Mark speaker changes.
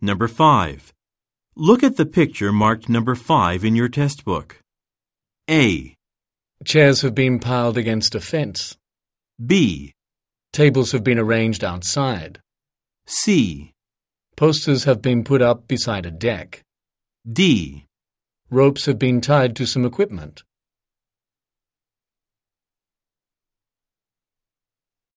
Speaker 1: Number 5. Look at the picture marked number 5 in your test book. A,
Speaker 2: Chairs have been piled against a fence.
Speaker 1: B,
Speaker 2: Tables have been arranged outside.
Speaker 1: C,
Speaker 2: Posters have been put up beside a deck.
Speaker 1: D.
Speaker 2: Ropes have been tied to some equipment.